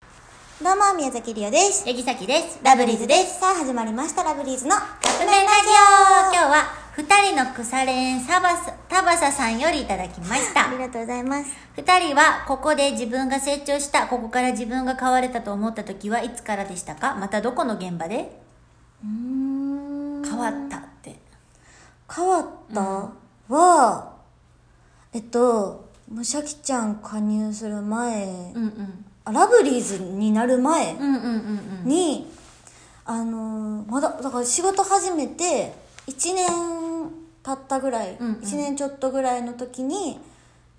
どうも、宮崎りおです。ヤギサキです。ラブリーズです。さあ、始まりました、ラブリーズのカカップ麺ラジオ今日は二人の腐れ縁サバサタバサさんよりいただきましありた。がとうございます。二人はここで自分が成長した、ここから自分が変われたと思った時はいつからでしたかまたどこの現場で変変わったって。わったは、えっと、もうシャキちゃん加入する前う、んうん。あラブリーズになる前うんうんうんうん。に、あのーまだ、だから仕事始めて、1年経ったぐらい、うんうん1年ちょっとぐらいの時に、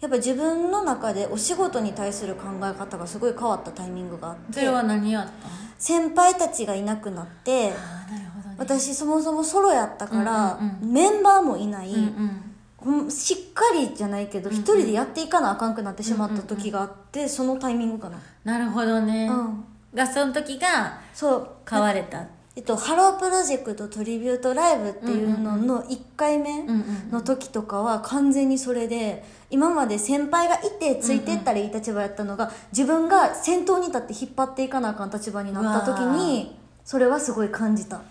やっぱ自分の中でお仕事に対する考え方がすごい変わったタイミングがあって。それは何やった先輩たちがいなくなってああ、なるほどね。私そもそもソロやったから、うんうんメンバーもいない、うんうん。ほんしっかりじゃないけど一、人でやっていかなあかんくなってしまった時があって、そのタイミングかな、なるほどね。うんが、その時がそう、変われた。えっと、ハロープロジェクトトリビュートライブっていうのの1回目んうんの時とかは完全にそれで今まで先輩がいてついてったらいい立場やったのが自分が先頭に立って引っ張っていかなあかん立場になった時にそれはすごい感じた、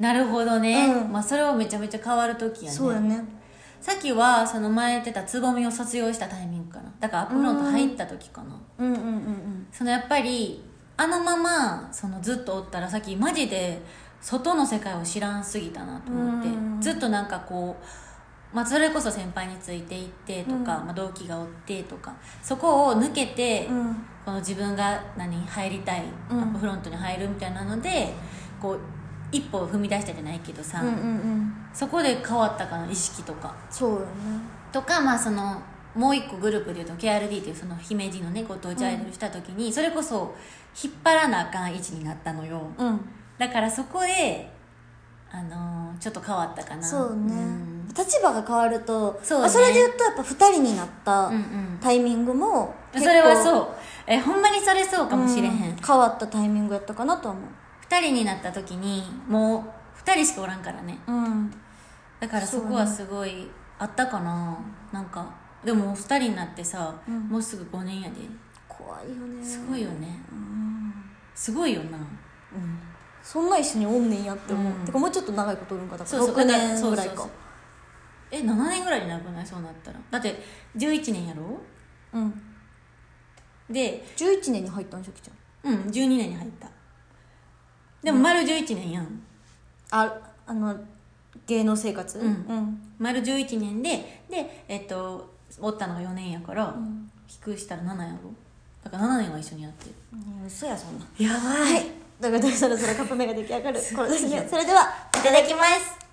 なるほどね。うんまあ、それはめちゃめちゃ変わる時やね。そうやねさっきはその前言ってたつぼみを卒業したタイミングかなだからアップロード入った時かなうんうんうんうんそのやっぱりあのままそのずっとおったらさっきマジで外の世界を知らんすぎたなと思ってうんずっとなんかこう、まあ、それこそ先輩についていってとか、うんまあ、同期がおってとかそこを抜けて、うんこの自分が何入りたい、うんアップフロントに入るみたいなのでこう一歩を踏み出したじゃないけどさ、うんうんうんそこで変わったかな意識とか。そうよねとかまあそのもう一個グループでいうと KRD というその姫路のねご当地アイドルした時に、それこそ引っ張らなあかん位置になったのようんだからそこであのーちょっと変わったかなそうねん立場が変わるとそうねあそれで言うとやっぱ2人になったうんうんタイミングもそれはうそうえほんまにそれそうかもしれへん、二うん変わったタイミングやったかなとは思う2人になった時にもう2人しかおらんからねうんだからそこはすごいあったかな、なんかでも2人になってさ、うんもうすぐ5年やで怖いよねすごいよね、うん、すごいよなうん、そんな一緒におんねんやって思う、うんてかもうちょっと長いことおるんかだかそらうそう6年そうぐそらういかそううえ7年ぐらいになくないそうなったらだって11年やろんで11年に入ったんしょきちゃんうん12年に入ったでも丸11年やんああの芸能生活うん丸11年ででえっとおったのが4年やから、ん引くしたら7やろだから7年は一緒にやってるうん、嘘やそんなやばはい。ということで、そろそろカップ麺が出来上がる頃ですね。それでは、いただきます。